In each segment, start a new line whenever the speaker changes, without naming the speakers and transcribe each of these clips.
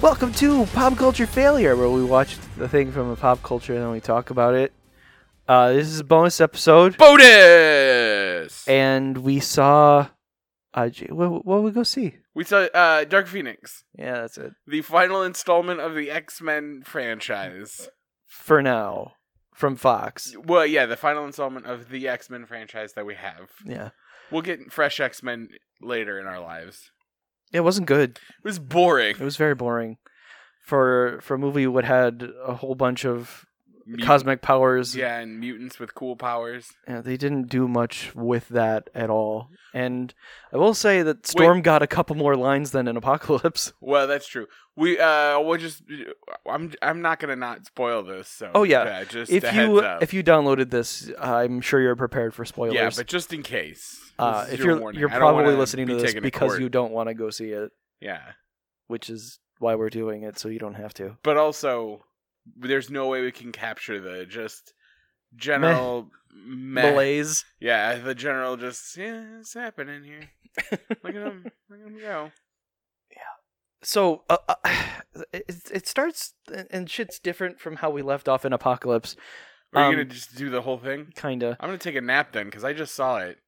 Welcome to Pop Culture Failure, where we watch the thing from a pop culture and then we talk about it. Uh, this is a bonus episode,
Bonus.
and we saw. Uh, J- what, what did we go see?
we saw uh, Dark Phoenix,
Yeah, that's it.
the final installment of the X Men franchise.
For now, from Fox.
Well, yeah, the final installment of the X Men franchise that we have.
Yeah,
We'll get fresh X Men later in our lives.
it wasn't good.
It was boring.
It was very boring for for a movie what had a whole bunch of
Mutant-
cosmic powers.
Yeah, and mutants with cool powers.
Yeah, they didn't do much with that at all. And I will say that Storm got a couple more lines than in Apocalypse.
Well, that's true. We uh, we'll just. I'm I'm not gonna not spoil this. So
Oh, yeah.
just
if
a
you
heads up.
if you downloaded this, I'm sure you're prepared for spoilers.
yeah, but just in case. This
uh,
is
if
your
you're
warning.
you're
I don't
probably
wanna
listening
be
to this
taken to
because
court.
you don't want to go see it,
Yeah.
which is why we're doing it, so you don't have to.
but also there's no way we can capture the just general meh.
Malaise.
Yeah, the general just yeah, it's happening here. Look at him, look at him go.
So uh, uh, it it starts and shit's different from how we left off in Apocalypse,
Are
Um,
you gonna just do the whole thing?
kinda.
I'm gonna take a nap then because I just saw it.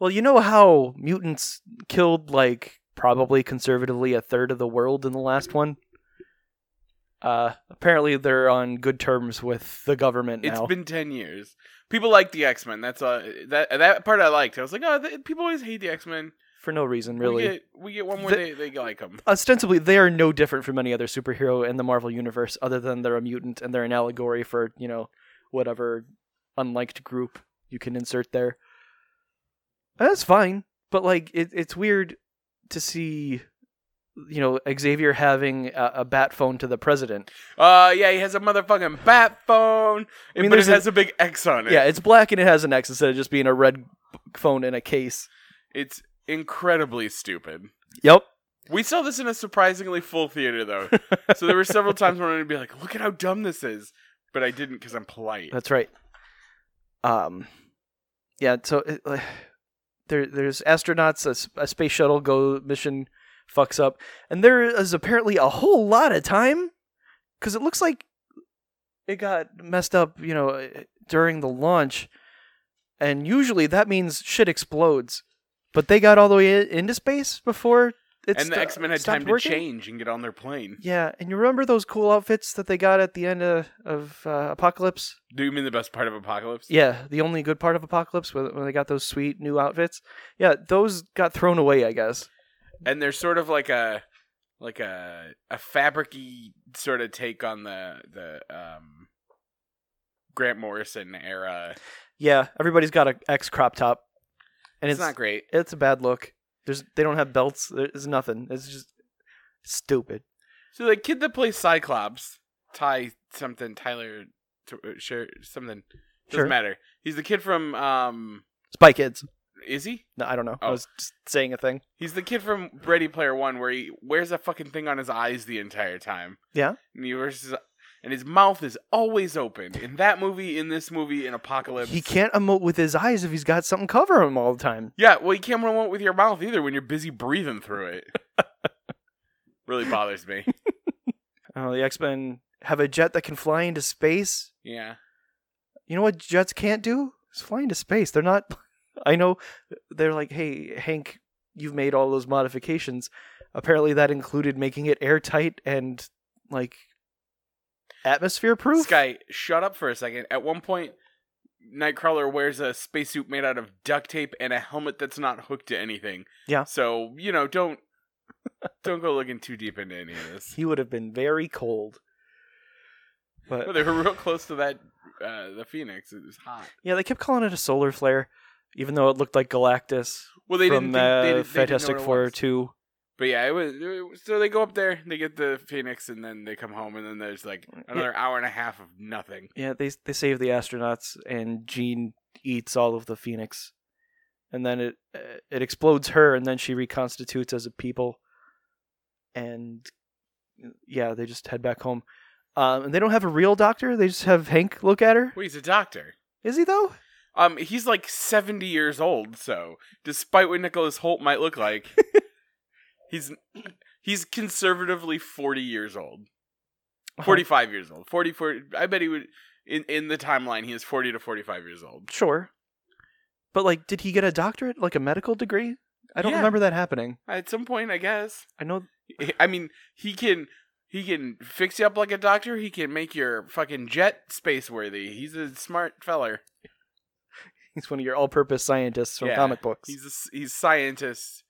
Well, you know how mutants killed like probably conservatively a third of the world in the last one. Uh, apparently they're on good terms with the government
It's
now.
been ten years. People like the X Men. That's uh that that part I liked. I was like, oh, th- people always hate the X Men.
for no reason,
we
really.
get, we get one where
The-
they they like them.
Ostensibly, they are no different from any other superhero in the Marvel universe, other than they're a mutant and they're an allegory for you know whatever unliked group you can insert there. And that's fine, but like it, it's weird to see, you know, Xavier having a, a bat phone to the president.
Uh, yeah, he has a motherfucking bat phone.
mean,
but it
there's a-
has a big X on it.
Yeah, it's black and it has an X instead of just being a red phone in a case.
it's incredibly stupid.
Yep.
We saw this in a surprisingly full theater, though. so there were several times when I'd be like, "Look at how dumb this is," but I didn't because I'm polite.
That's right. Um, yeah. So it, uh, there, there's astronauts. A, s- a space shuttle go mission fucks up, and there is apparently a whole lot of time because it looks like it got messed up. You know, uh, during the launch, and usually that means shit explodes. But they got all the way i- into space before it's
and the X Men had time to change and get on their plane.
Yeah, and you remember those cool outfits that they got at the end of, of uh, Apocalypse?
Do you mean the best part of Apocalypse?
Yeah, the only good part of Apocalypse when, when they got those sweet new outfits. Yeah, those got thrown away, I guess.
And they're sort of like a like a a fabricy sort of take on the the um Grant Morrison era.
Yeah, everybody's got a X crop top, and
it's,
it's
not great.
it's a bad look. There's they don't have belts. There's nothing. It's just stupid.
So the kid that plays Cyclops, Ty something, Tyler, t- uh, share something. Doesn't
Sure.
matter. He's the kid from um.
Spy Kids.
Is he?
No, I don't know. I
Oh.
was just saying a thing.
He's the kid from Ready Player One where he wears a fucking thing on his eyes the entire time.
Yeah.
And he wears his, and his mouth is always open. In that movie, in this movie, in Apocalypse.
He can't emote with his eyes if he's got something covering him all the time.
Yeah, well, you can't run with your mouth either when you're busy breathing through it. really bothers me.
Oh, the X Men have a jet that can fly into space.
Yeah.
you know what jets can't do is fly into space they're not i know they're like hey hank you've made all those modifications apparently that included making it airtight and like atmosphere proof
Sky, shut up for a second. At one point, Nightcrawler wears a spacesuit made out of duct tape and a helmet that's not hooked to anything.
Yeah.
So, you know, don't don't go looking too deep into any of this.
he would have been very cold but
Well, they were real close to that. Uh, the Phoenix. It was hot.
yeah they kept calling it a solar flare even though it looked like galactus
Well, they
from
didn't. Think, they,
uh,
didn't- they didn't know
fantastic
what it
four
was.
2
But yeah, it was, it was- So they go up there, they get the Phoenix, and then they come home, and then there's like another hour and a half of nothing.
Yeah, they they save the astronauts, and Jean eats all of the Phoenix, and then it uh, it explodes her, and then she reconstitutes as a people, and uh, yeah, they just head back home. Um, and they don't have a real doctor; they just have Hank look at her.
Well, he's a doctor.
Is he though? Uh-huh.
Um, he's like seventy years old. So, despite what Nicholas Holt might look like, he's He's conservatively 40 years old.
Uh-huh.
45 years old. 44 I bet he would in in the timeline he is 40 to 45 years old.
Sure. But like did he get a doctorate, like a medical degree? I don't
Yeah.
remember that happening.
At some point, I guess.
I know
I mean, he can he can fix you up like a doctor. He can make your fucking jet space worthy. He's a smart feller.
he's one of your all-purpose scientists from
Yeah,
comic books.
He's a, s- he's scientist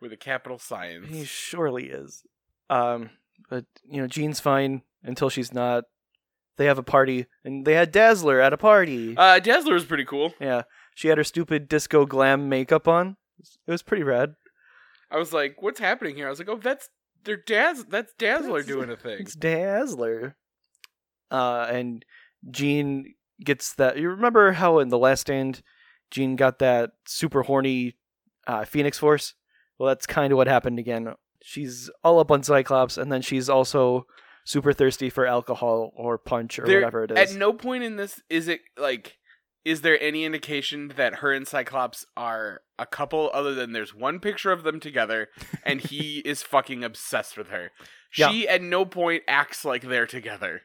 with a capital science.
He surely is. Um, but you know, Jean's fine until she's not. They have a party, and they had Dazzler at a party.
uh, Dazzler was pretty cool.
yeah, she had her stupid disco glam makeup on. It was pretty rad.
I was like, "What's happening here?" I was like, "Oh, that's they're Dazz- that's Dazzler
That's-
doing a thing."
It's Dazzler. Uh, and Jean gets that. You remember how in the Last Stand, Jean got that super horny uh, Phoenix Force? Well, that's kind of what happened again. She's all up on Cyclops, and then she's also super thirsty for alcohol or punch or
There-
whatever it
At
is.
no point in this is it like is there any indication that her and Cyclops are a couple other than there's one picture of them together and he is fucking obsessed with her.
Yeah.
She at no point acts like they're together.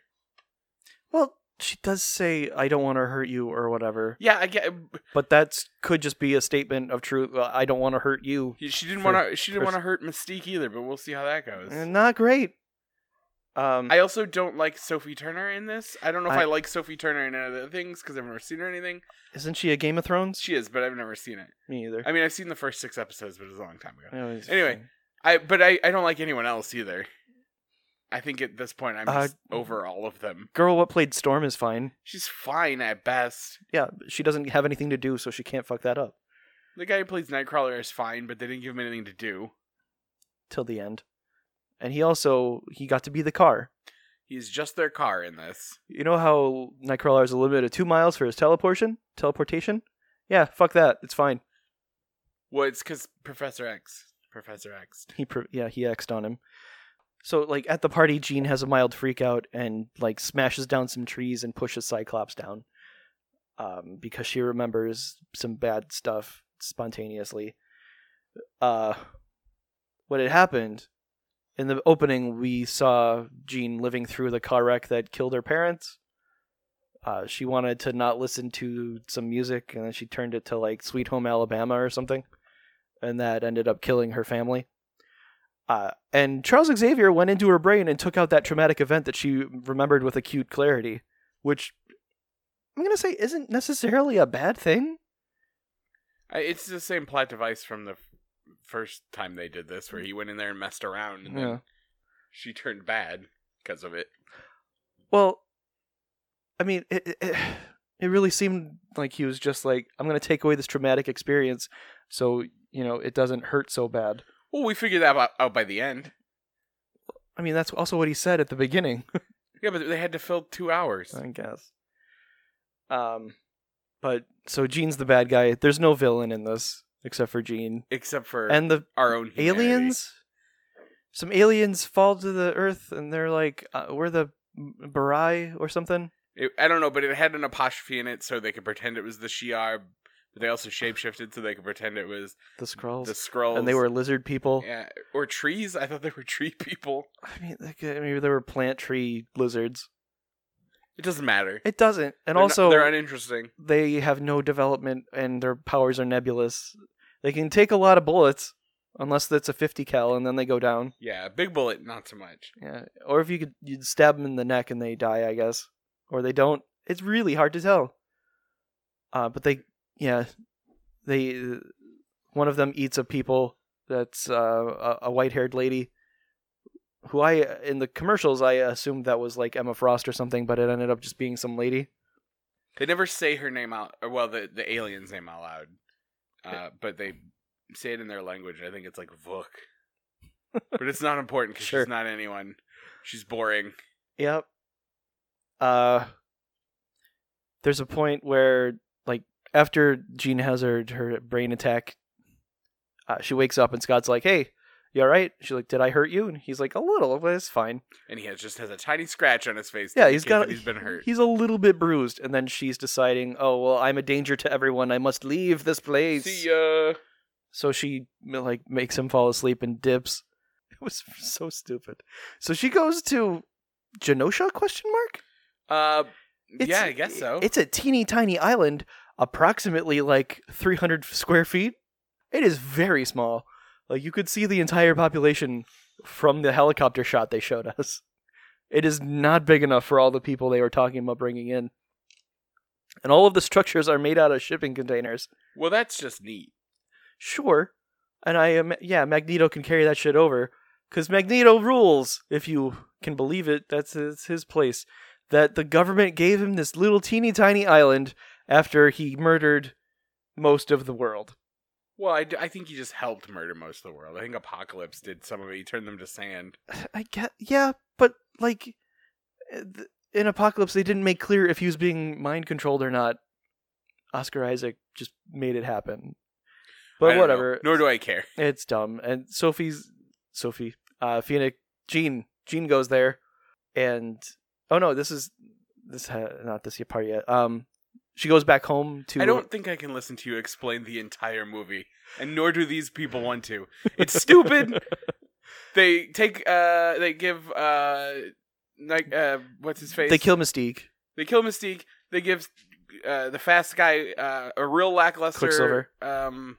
well, she does say, "I don't want to hurt you" or whatever,
Yeah, I get
but that could just be a statement of truth. Well, I don't want to hurt you.
she didn't
For-
want to she didn't
for-
want to hurt Mystique either, but we'll see how that goes.
Eh, Not great. Um,
I also don't like Sophie Turner in this. I don't know if
I-
I, like Sophie Turner in other things because I've never seen her in anything.
isn't she a Game of Thrones?
She is, but I've never seen it.
Me either.
I mean, I've seen the first six episodes, but it was a long time ago.
Anyway, it's
Anyway,
fine.
I but I, I don't like anyone else either. I think at this point I'm
Uh,
just over all of them.
girl what played Storm is fine.
She's fine at best.
Yeah, but she doesn't have anything to do, so she can't fuck that up
The guy who plays Nightcrawler is fine, but they didn't give him anything to do.
till the end. And he also he got to be the car.
He's just their car in this.
You know how Nightcrawler is a limit of two miles for his teleportation, teleportation. Yeah, fuck that. It's fine.
Well, it's because Professor X. Professor X.
He pr- yeah he xed on him. So like at the party, Jean has a mild freak out and like smashes down some trees and pushes Cyclops down, um, because she remembers some bad stuff spontaneously. Uh, what had happened in the opening, we saw Jean living through the car wreck that killed her parents. Uh, she wanted to not listen to some music, and then she turned it to like Sweet Home Alabama or something, and that ended up killing her family. Uh, and Charles Xavier went into her brain and took out that traumatic event that she remembered with acute clarity, which I'm going to say isn't necessarily a bad thing.
I, it's the same plot device from the f- first time they did this, where he went in there and messed around, and
Yeah.
then she turned bad because of it.
Well, I mean, it, it, it really seemed like he was just like, I'm going to take away this traumatic experience so, you know, it doesn't hurt so bad.
Well, we figured that out- out by the end.
I mean, that's also what he said at the beginning.
Yeah, but they had to fill two hours.
I guess. Um, but so Gene's the bad guy. There's no villain in this except for Gene.
Except for
And the
our own humanity.
aliens some aliens fall to the earth and they're like uh, we're the barai or something
It, I don't know, but it had an apostrophe in it, so they could pretend it was the Shi'ar. But they also shapeshifted, so they could pretend it was
the scrolls
the Skrulls.
and they were lizard people
yeah, or trees. I thought they were tree people.
i mean like, uh, maybe they were plant tree lizards
It doesn't matter.
it doesn't and
They're not-
also
they're uninteresting.
they have no development and their powers are nebulous they can take a lot of bullets unless that's a 50 cal and then they go down
Yeah, big bullet, not so much.
yeah or if you could you'd stab them in the neck and they die i guess or they don't it's really hard to tell uh, but they yeah they one of them eats a people that's uh, a, a white-haired lady who i in the commercials i assumed that was like emma frost or something but it ended up just being some lady
They never say her name out. Or, well, the the alien's name out loud, uh, but they say it in their language. I think it's like Vuk, but it's not important because
Sure.
she's not anyone. She's boring.
Yep. Uh there's a point where like after Jean has her her brain attack, uh, she wakes up and Scott's like, Hey, you alright? She's like, Did I hurt you? And he's like, A little, but it's fine.
and he has, just has a tiny scratch on his face. to
Yeah, he's
indicate
got
that he's been hurt.
He's a little bit bruised, and then she's deciding, Oh well, I'm a danger to everyone, I must leave this place.
See ya.
So she like makes him fall asleep and dips. It was so stupid. So she goes to Genosha? Question mark.
Uh,
It's-
yeah, I guess so.
It's a teeny tiny island, approximately like 300 square feet. It is very small. Like you could see the entire population from the helicopter shot they showed us. It is not big enough for all the people they were talking about bringing in. And all of the structures are made out of shipping containers.
well, that's just neat.
Sure. And I am yeah, Magneto can carry that shit over cuz Magneto rules if you can believe it. That's his, his place. That the government gave him this little teeny tiny island after he murdered most of the world.
Well, I, d- I think he just helped murder most of the world. I think Apocalypse did some of it. He turned them to sand.
I get yeah, but like uh, th- in Apocalypse they didn't make clear if he was being mind controlled or not. Oscar Isaac just made it happen.
I
But
don't
whatever.
know. Nor do I care.
It's dumb. And Sophie's Sophie, uh, Phoenix, Jean, Jean goes there, and oh no, this is this ha- not this part yet. Um, she goes back home to.
I don't think I can listen to you explain the entire movie, and nor do these people want to. It's stupid. they take uh they give uh like uh what's his face?
They kill Mystique,
they kill Mystique. They give uh the fast guy uh a real lackluster
Quicksilver.
um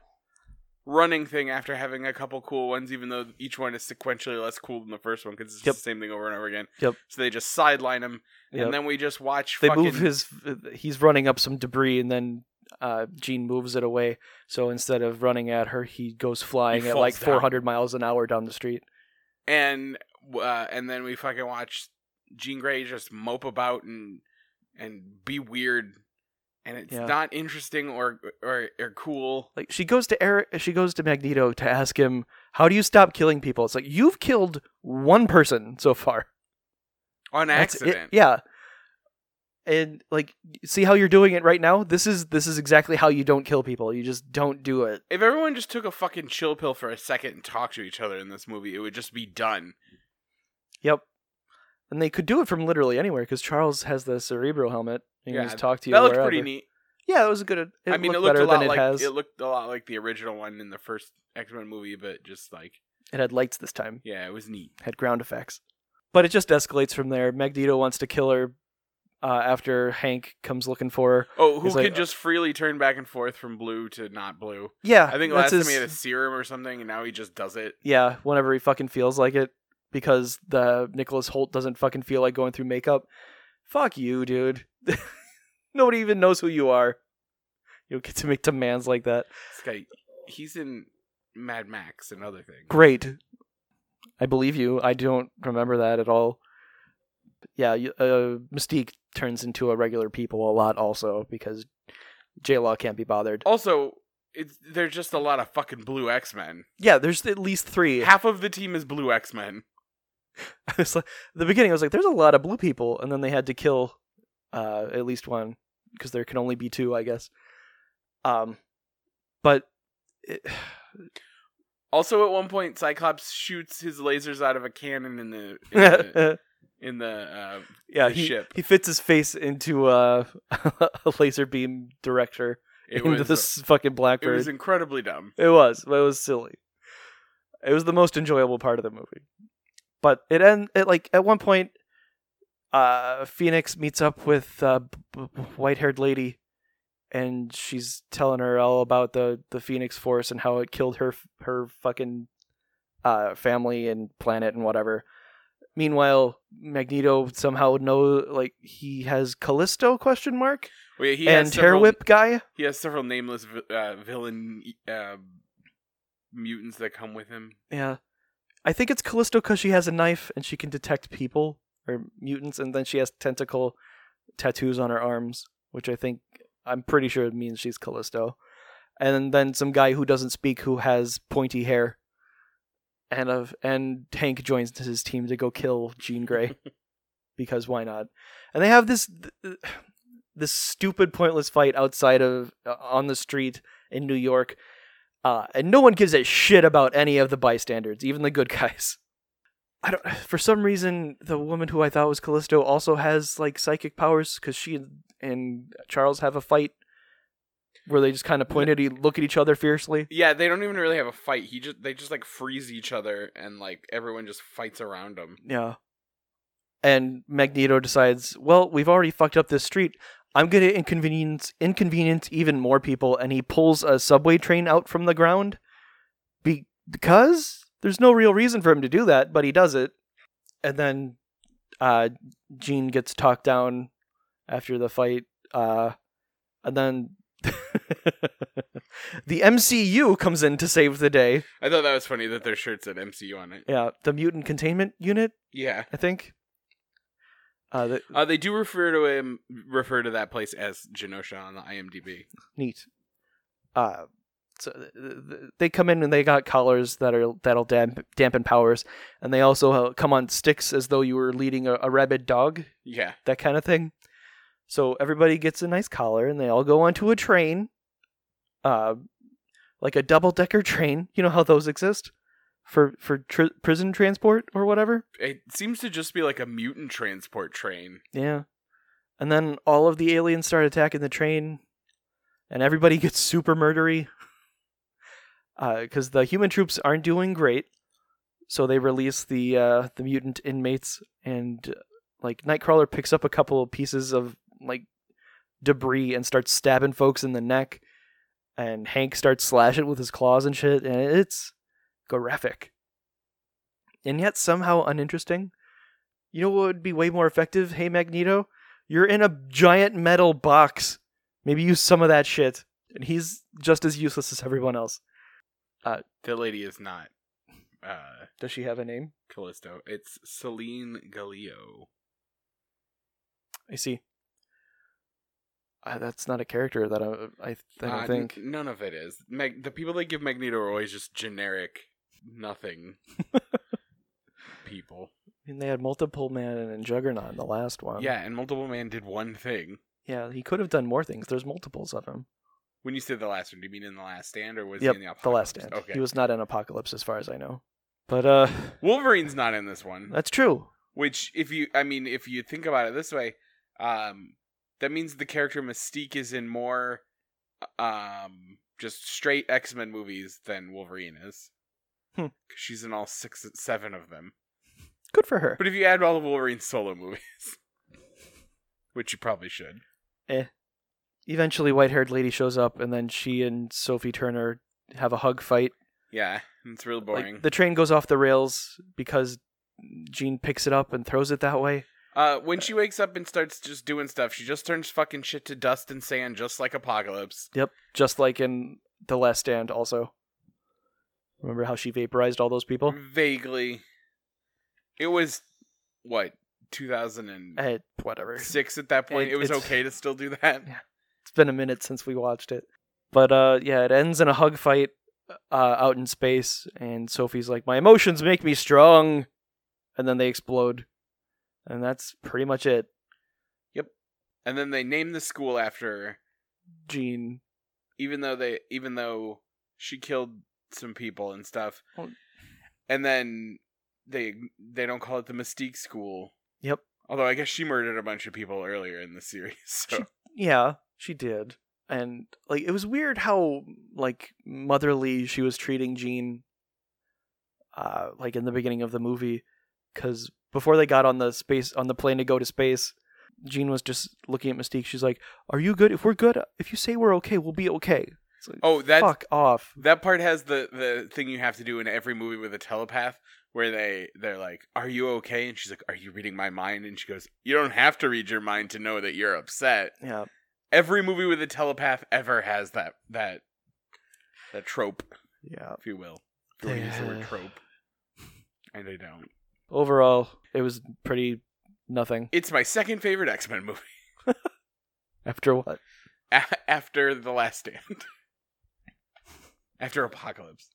running thing after having a couple cool ones even though each one is sequentially less cool than the first one cuz it's
Yep.
the same thing over and over again.
Yep.
So they just sideline him
Yep.
and then we just watch
They
fucking
move his. He's running up some debris, and then uh, Jean moves it away. So instead of running at her, he goes flying at
falls
like
down.
400 miles an hour down the street.
and uh, and then we fucking watch Jean Grey just mope about and and be weird, and it's
Yeah.
not interesting or or or cool.
Like she goes to Eric, she goes to Magneto to ask him, "How do you stop killing people?" It's like you've killed one person so far.
On
That's it-
accident,
yeah. And like see how you're doing it right now? This is this is exactly how you don't kill people. You just don't do it.
If everyone just took a fucking chill pill for a second and talked to each other in this movie, it would just be done.
Yep. And they could do it from literally anywhere because Charles has the cerebro helmet. And you
Yeah,
can just talk to you.
that looked pretty
wherever.
neat.
Yeah, it was a good. It
I mean,
looked
it looked
better
a lot
than
like
it has.
it looked a lot like the original one in the first X Men movie, but just like
It had lights this time.
yeah, it was neat.
had ground effects. But it just escalates from there. Magneto wants to kill her uh, after Hank comes looking for her.
Oh, who
It's
can
like-
just freely turn back and forth from blue to not blue?
Yeah,
I think
that's
last time
his-
he had a serum or something, and now he just does it.
yeah, whenever he fucking feels like it, because the Nicholas Holt doesn't fucking feel like going through makeup. Fuck you, dude. Nobody even knows who you are. You don't get to make demands like that.
This guy, he's in Mad Max and other things.
Great. I believe you. I don't remember that at all. Yeah, you- uh, Mystique turns into a regular people a lot also because J Law can't be bothered.
Also, it's there's just a lot of fucking blue X Men.
Yeah, there's at least three.
Half of the team is blue X Men.
It's like- the beginning, I was like, "There's a lot of blue people," and then they had to kill uh, at least one because there can only be two, I guess. Um, but it,
Also, at one point, Cyclops shoots his lasers out of a cannon in the in the, in the uh,
yeah,
The
he,
ship.
he fits his face into uh, a laser beam director
it
into
was uh,
this fucking
it
blackbird.
was incredibly dumb.
It was. It was silly. It was the most enjoyable part of the movie. But it end it like at one point uh Phoenix meets up with uh b- b- white-haired lady and she's telling her all about the the Phoenix Force and how it killed her her fucking uh family and planet and whatever. Meanwhile, Magneto somehow know like he has Callisto question mark
Well, yeah, he
and
has several,
Hairwhip guy.
He has several nameless vi- uh, villain uh, mutants that come with him.
Yeah. I think it's Callisto because she has a knife and she can detect people or mutants, and then she has tentacle tattoos on her arms, which I think I'm pretty sure it means she's Callisto. And then some guy who doesn't speak who has pointy hair. And of and Hank joins his team to go kill Jean Grey because why not? And they have this this stupid pointless fight outside of uh, on the street in New York uh, and no one gives a shit about any of the bystanders, even the good guys. I don't. For some reason, the woman who I thought was Callisto also has like psychic powers because she and Charles have a fight where they just kind of point at e- look at each other fiercely.
Yeah, they don't even really have a fight. He just they just like freeze each other and like everyone just fights around them.
Yeah. And Magneto decides, well, we've already fucked up this street. I'm gonna inconvenience inconvenience even more people, and he pulls a subway train out from the ground, be- because there's no real reason for him to do that, but he does it. And then, uh, Jean gets talked down after the fight, uh, and then the MCU comes in to save the day.
I thought that was funny that their shirts had MCU on it.
Yeah, the mutant containment unit,
Yeah.
I think. Uh, the,
Uh, they do refer to him refer to that place as Genosha on the IMDb.
neat. Uh, so th- th- they come in and they got collars that are that'll damp- dampen powers, and they also uh, come on sticks as though you were leading a, a rabid dog,
Yeah.
that kind of thing. So everybody gets a nice collar, and they all go onto a train, uh, like a double decker train. You know how those exist for for tr- prison transport or whatever.
It seems to just be like a mutant transport train.
Yeah. And then all of the aliens start attacking the train, and everybody gets super murdery. Because the human troops aren't doing great, so they release the uh, the mutant inmates, and uh, like Nightcrawler picks up a couple of pieces of like debris and starts stabbing folks in the neck, and Hank starts slashing with his claws and shit, and it's graphic, and yet somehow uninteresting. You know what would be way more effective? Hey, Magneto, you're in a giant metal box. Maybe use some of that shit. And he's just as useless as everyone else.
That lady is not uh
Does she have a name?
Callisto. It's Celine Galeo.
I see. Uh, that's not a character that I I, I don't
Uh,
think.
n- none of it is. Mag- the people they give Magneto are always just generic nothing people.
I mean, they had multiple man and Juggernaut in the last one.
Yeah, and Multiple Man did one thing.
yeah. He could have done more things. There's multiples of him.
When you say the last one, do you mean in the Last Stand or was
Yep,
he in the Apocalypse?
The Last Stand.
Okay.
He was not in Apocalypse, as far as I know. But uh,
Wolverine's not in this one.
that's true.
Which, if you, I mean, if you think about it this way, um, that means the character Mystique is in more, um, just straight X Men movies than Wolverine is.
Hmm.
'Cause She's in all six, seven of them.
Good for her.
But if you add all of Wolverine's solo movies, which you probably should,
Eventually, white-haired lady shows up, and then she and Sophie Turner have a hug fight.
yeah, it's real
Like,
boring.
the train goes off the rails because Jean picks it up and throws it that way.
uh, when she wakes up and starts just doing stuff, she just turns fucking shit to dust and sand, just like Apocalypse.
Yep. Just like in The Last Stand, also. Remember how she vaporized all those people?
Mm-hmm. Vaguely, it was what two thousand and
Eh, whatever. It's
six at that point.
It-
It, was
it's-
okay to still do that.
Yeah. been a minute since we watched it. But uh, yeah, it ends in a hug fight uh, out in space, and Sophie's like, My emotions make me strong. And then they explode. And that's pretty much it.
And then they named the school after her,
Jean.
even though they, even though she killed some people and stuff.
Well-
And then they they don't call it the Mystique School.
Yep.
Although I guess she murdered a bunch of people earlier in the series. So
Yeah, she did. And like it was weird how like motherly she was treating Jean uh like in the beginning of the movie cuz before they got on the space on the plane to go to space Jean was just looking at Mystique. She's like, "Are you good? If we're good, if you say we're okay, we'll be okay." It's like,
oh, that
fuck off.
that part has the the thing you have to do in every movie with a telepath where they they're like, "Are you okay?" and she's like, "Are you reading my mind?" and she goes, "You don't have to read your mind to know that you're upset."
Yeah.
every movie with a telepath ever has that that that trope,
Yeah.
if you will. If you want to use the word
Yeah.
trope, and I don't.
Overall, it was pretty nothing
It's my second favorite X Men movie
after what?
a- after The Last Stand, after Apocalypse.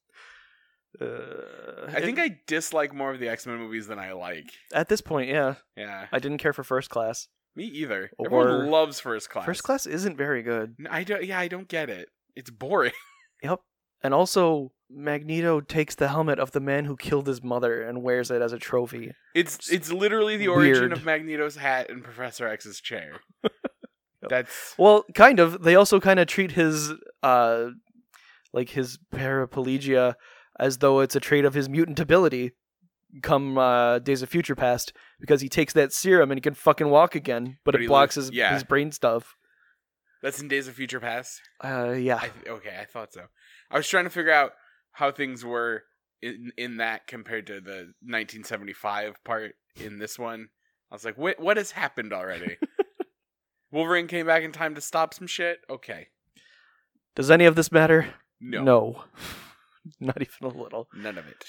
Uh,
I think I dislike more of the X Men movies than I like.
at this point, yeah,
Yeah,
I didn't care for First Class.
me either.
Or-
Everyone loves First Class.
First Class isn't very good.
N- I don't. Yeah, I don't get it. It's boring.
Yep. And also, Magneto takes the helmet of the man who killed his mother and wears it as a trophy.
It's
Just
it's literally the origin
weird.
of Magneto's hat and Professor X's chair. That's
Well, kind of. They also kind of treat his uh like his paraplegia as though it's a trait of his mutant ability come uh, Days of Future Past because he takes that serum and he can fucking walk again, but,
But
it
he
blocks
lives-
his
yeah.
his brain stuff.
that's in Days of Future Past.
Uh yeah.
I th- okay, I thought so. I was trying to figure out how things were in in that compared to the 1975 part in this one. I was like, what what has happened already? Wolverine came back in time to stop some shit. Okay,
Does any of this matter?
no,
Not even a little.
none of it.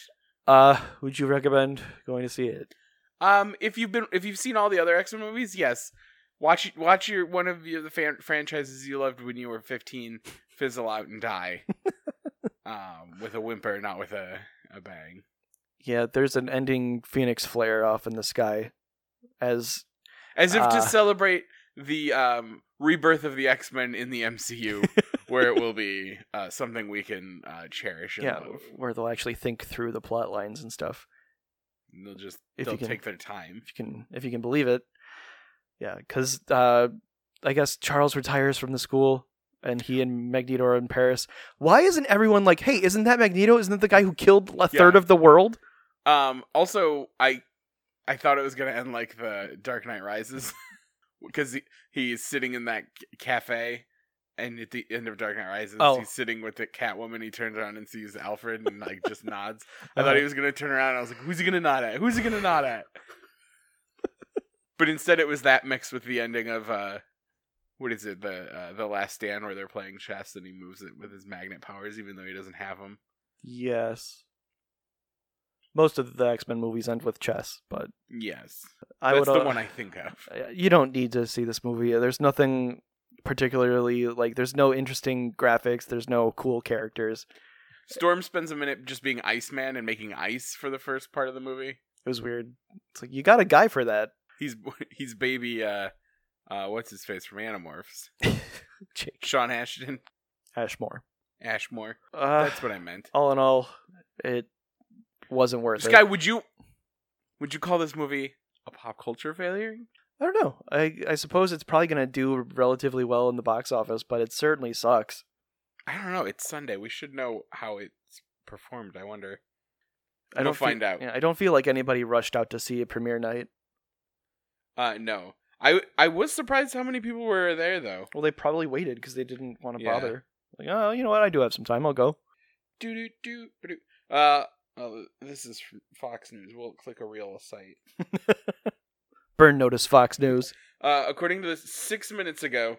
Uh would you recommend going to see it?
Um, if you've been if you've seen all the other X Men movies, yes, watch watch your one of your, the fan, franchises you loved when you were 15 fizzle out and die, um, with a whimper, not with a a bang.
Yeah, there's an ending phoenix flare off in the sky as
as if
Uh,
to celebrate the um, rebirth of the X Men in the MCU, where it will be uh, something we can uh, cherish. And
yeah,
love.
where they'll actually think through the plot lines and stuff.
And they'll just
If you
they'll
can-
take their time.
if you can if you can believe it. Yeah, because uh, I guess Charles retires from the school, and he and Magneto are in Paris. Why isn't everyone like, "Hey, isn't that Magneto? Isn't that the guy who killed a
Yeah.
third of the world?"
Um, also, I I thought it was gonna end like the Dark Knight Rises, because he, he's sitting in that c- cafe. And at the end of Dark Knight Rises,
Oh.
he's sitting with the Catwoman. He turns around and sees Alfred, and like just nods. I
Uh-huh.
thought he
Uh,
was gonna turn around. And I was like, "Who's he gonna nod at? Who's he gonna nod at?" but instead, it was that mixed with the ending of uh, what is it? The uh, the Last Stand, where they're playing chess and he moves it with his magnet powers, even though he doesn't have them.
yes. Most of the X Men movies end with chess, but
Yes,
I
that's
would. uh,
the one I think of.
you don't need to see this movie. There's nothing particularly like. There's no interesting graphics. There's no cool characters.
Storm spends a minute just being Iceman and making ice for the first part of the movie.
It was weird. It's like you got a guy for that,
He's he's baby. Uh, uh, what's his face from Animorphs?
Jake
Sean Ashton,
Ashmore.
Ashmore.
Uh,
That's what I meant.
all in all, it wasn't worth it.
Sky, would you would you call this movie a pop culture failure?
I don't know. I I suppose it's probably gonna do relatively well in the box office, but it certainly sucks.
I don't know. It's Sunday. We should know how it's performed. I wonder.
I
We'll
don't fe-
find out.
yeah, I don't feel like anybody rushed out to see a premiere night.
Uh, no. I I was surprised how many people were there though.
Well, they probably waited because they didn't want to
Yeah.
bother. Like, oh, you know what? I do have some time. I'll go.
Do do do do. Uh, oh, this is from Fox News. We'll click a real site.
Burn notice, Fox News.
Uh, according to this, six minutes ago,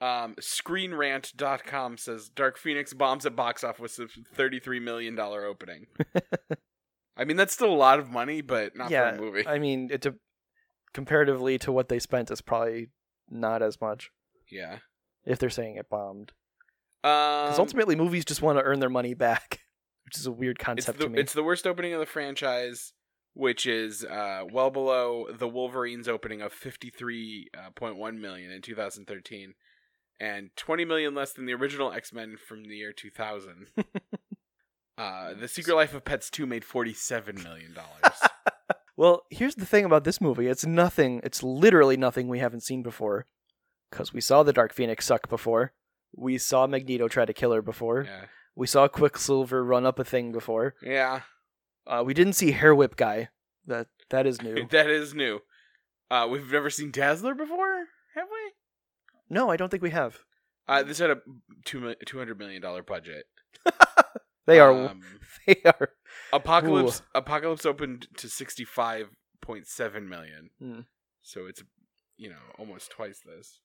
um, ScreenRant.com says Dark Phoenix bombs at box office of thirty-three million dollar opening. I mean, that's still a lot of money, but not
Yeah,
for a movie.
I mean, it de- comparatively to what they spent, it's probably not as much
yeah.
if they're saying it bombed. Because
Um,
ultimately, movies just want to earn their money back, which is a weird
it's
concept
the,
to me.
it's the worst opening of the franchise, which is uh, well below the Wolverine's opening of 53.1 million in 2013 and 20 million less than the original X-Men from the year 2000. uh, the Secret Life of Pets 2 made 47 million dollars.
Well, here's the thing about this movie. It's nothing. It's literally nothing we haven't seen before. Because we saw the Dark Phoenix suck before. We saw Magneto try to kill her before.
yeah.
We saw Quicksilver run up a thing before.
Yeah,
Uh, we didn't see Hair Whip Guy. That that is new.
that is new. Uh, we've never seen Dazzler before, have we?
no, I don't think we have.
Uh, this had a two mi- 200 million dollar budget.
They are.
Um,
they are.
Apocalypse Apocalypse opened to 65.7 million.
Hmm.
So it's you know, almost twice this.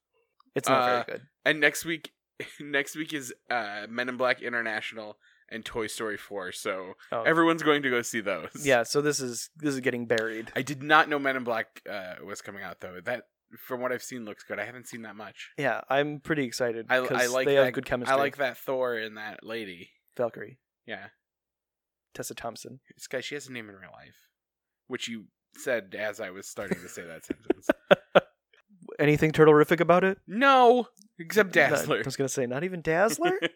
It's not
uh,
very good.
And next week next week is uh Men in Black International and Toy Story 4. So
Oh.
everyone's going to go see those.
yeah. So this is this is getting buried.
I did not know Men in Black uh was coming out though. That from what I've seen looks good. I haven't seen that much.
Yeah, I'm pretty excited
I,
because
I like
they
that,
have good chemistry.
I like that Thor and that lady.
Valkyrie,
Yeah.
Tessa Thompson.
This guy she has a name in real life, which you said as I was starting to say that sentence.
Anything turtlerific about it?
No, except
Not-
Dazzler.
I was gonna say not even Dazzler.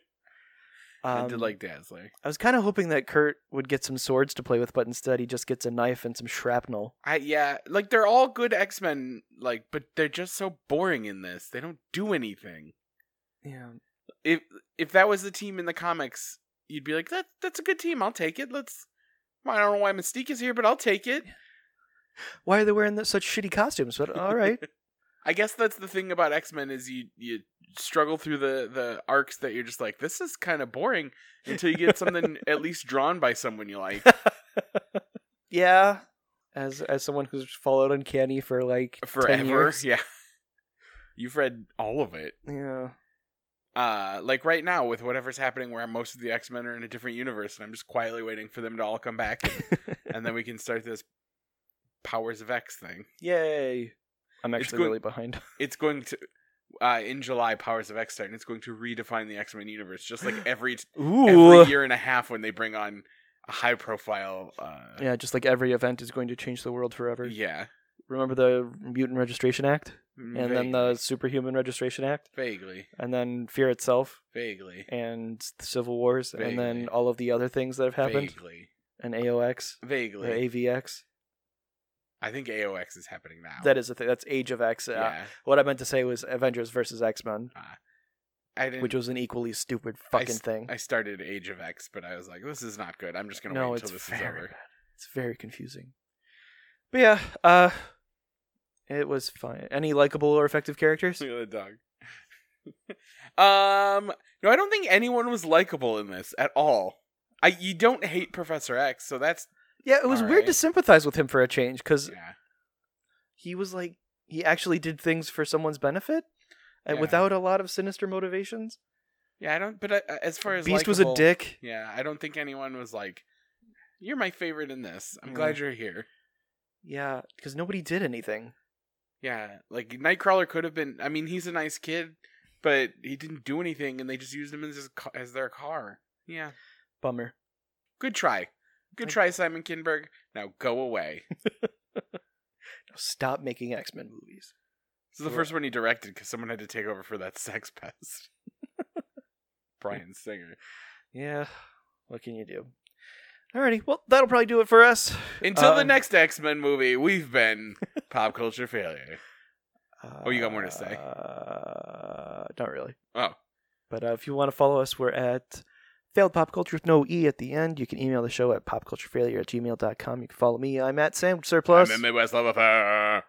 I
Um,
did like Dazzler.
I was kind of hoping that Kurt would get some swords to play with, but instead he just gets a knife and some shrapnel.
I yeah, like they're all good X Men, like, but they're just so boring in this. They don't do anything.
Yeah.
If if that was the team in the comics, you'd be like, that that's a good team. I'll take it. Let's. I don't know why Mystique is here, but I'll take it.
Why are they wearing th- such shitty costumes? But all right.
I guess that's the thing about X Men is you you struggle through the the arcs that you're just like this is kind of boring until you get something at least drawn by someone you like
yeah. As as someone who's followed Uncanny for like 10
forever.
years.
Yeah, you've read all of it.
Yeah.
uh like right now with whatever's happening where most of the x-men are in a different universe and i'm just quietly waiting for them to all come back and, and then we can start this powers of x thing
Yay. I'm
It's
actually
good-
really behind.
it's going to uh in july powers of x start and it's going to redefine the x-men universe just like every every year and a half when they bring on a high profile uh
Yeah, just like every event is going to change the world forever.
yeah
Remember the Mutant Registration Act? And then the Superhuman Registration Act?
vaguely
And then Fear itself?
vaguely
And the Civil Wars? And
Vaguely.
then all of the other things that have happened?
vaguely
And AOX? Or
vaguely
AVX?
i think aox is happening now
That is the thing. That's Age of X. Uh,
yeah
What I meant to say was Avengers versus X Men,
i didn't
which was an equally stupid
I
fucking
s-
thing.
I started Age of X, but I was like, this is not good. I'm just gonna
No,
wait
it's
until this is
very
over.
bad. It's very confusing. But yeah, uh, it was fine. Any likable or effective characters?
Look at the dog. um, no, I don't think anyone was likable in this at all. I you don't hate Professor X, so that's
Yeah, it was
All
weird to
right.
sympathize with him for a change because
yeah.
he was like he actually did things for someone's benefit and
Yeah.
without a lot of sinister motivations.
Yeah, I don't. But I, as far as
Beast was a
likable-
dick.
Yeah, I don't think anyone was like, you're my favorite in this. I'm
Yeah.
glad you're here.
Yeah, because nobody did anything.
Yeah, like Nightcrawler could have been. I mean, he's a nice kid, but he didn't do anything, and they just used him as his, ca- as their car. Yeah.
Bummer.
Good try. Good try, Simon Kinberg. Now go away.
Stop making X Men movies.
This is the
Sure.
first one he directed because someone had to take over for that sex pest. Brian Singer.
Yeah, what can you do? Alrighty, well that'll probably do it for us.
Until the
Um,
next X Men movie, we've been pop culture failure.
Uh,
Oh, you got more to say?
Uh, not really.
Oh,
But uh, if you want to follow us, we're at Failed Pop Culture with no E at the end. You can email the show at popculturefailure at gmail.com. You can follow me. I'm at Sam Surplus.
I'm in Midwest Love Affair.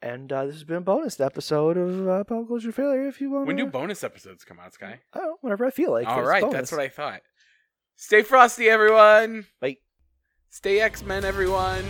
and uh, this has been a bonus episode of uh, Pop Culture Failure if you want
When do bonus episodes come out, Sky?
I don't, whenever I feel like.
All
It's
right,
bonus.
that's what I thought. Stay frosty, everyone.
Bye.
Stay X Men, everyone.